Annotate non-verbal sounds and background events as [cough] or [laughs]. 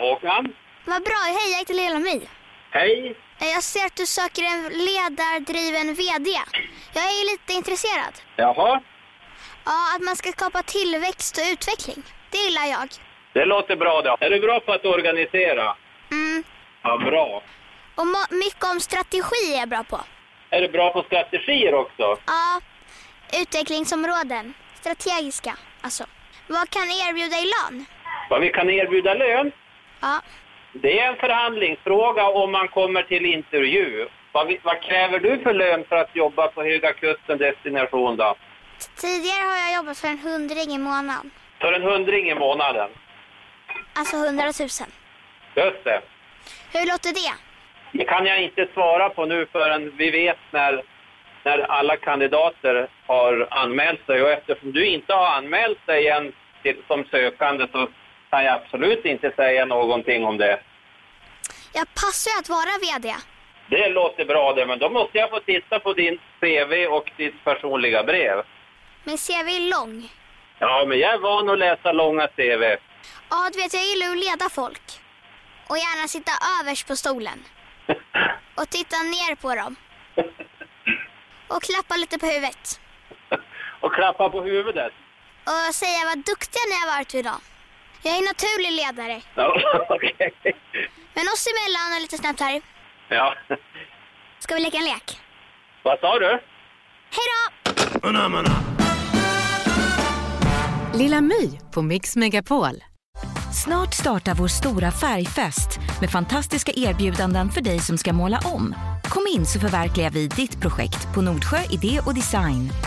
Håkan. Vad bra, hej jag heter Lilla My. Hej. Eh, Jag ser att du söker en ledardriven VD. Jag är lite intresserad. Jaha, Ja, att man ska skapa tillväxt och utveckling. Det gillar jag. det låter bra då. Är du bra på att organisera? Mm. Ja, bra. Och mo- mycket om strategi är jag bra på. Är du bra på strategier också? Ja, utvecklingsområden. Strategiska, alltså. Vad kan jag erbjuda i lön? Vad vi kan erbjuda lön? Ja, Det är en förhandlingsfråga om man kommer till intervju. Vad, vi- vad kräver du för lön för att jobba på Höga Kusten destination då? tidigare har jag jobbat för en hundring i månaden. För en hundring i månaden. Alltså hundratusen. Just det. Hur låter det? Det kan jag inte svara på nu förrän vi vet när, när alla kandidater har anmält sig. Och eftersom du inte har anmält dig än till, som sökande så kan jag absolut inte säga någonting om det. Jag passar ju att vara VD. Det låter bra det, men då måste jag få titta på din CV och ditt personliga brev. Min CV är lång. Ja, men jag är van att läsa långa CV. Ja, du vet, jag gillar att leda folk. Och gärna sitta överst på stolen. Och titta ner på dem. Och klappa lite på huvudet. och klappa på huvudet. Och säga vad duktiga ni har varit idag. Jag är en naturlig ledare. Ja, [laughs] okej. Men oss emellan och lite snabbt här. Ja. Ska vi leka en lek? Vad sa du? Hej då! Lilla My på Mix Megapol. Snart startar vår stora färgfest med fantastiska erbjudanden för dig som ska måla om. Kom in så förverkligar vi ditt projekt på Nordsjö Idé och Design.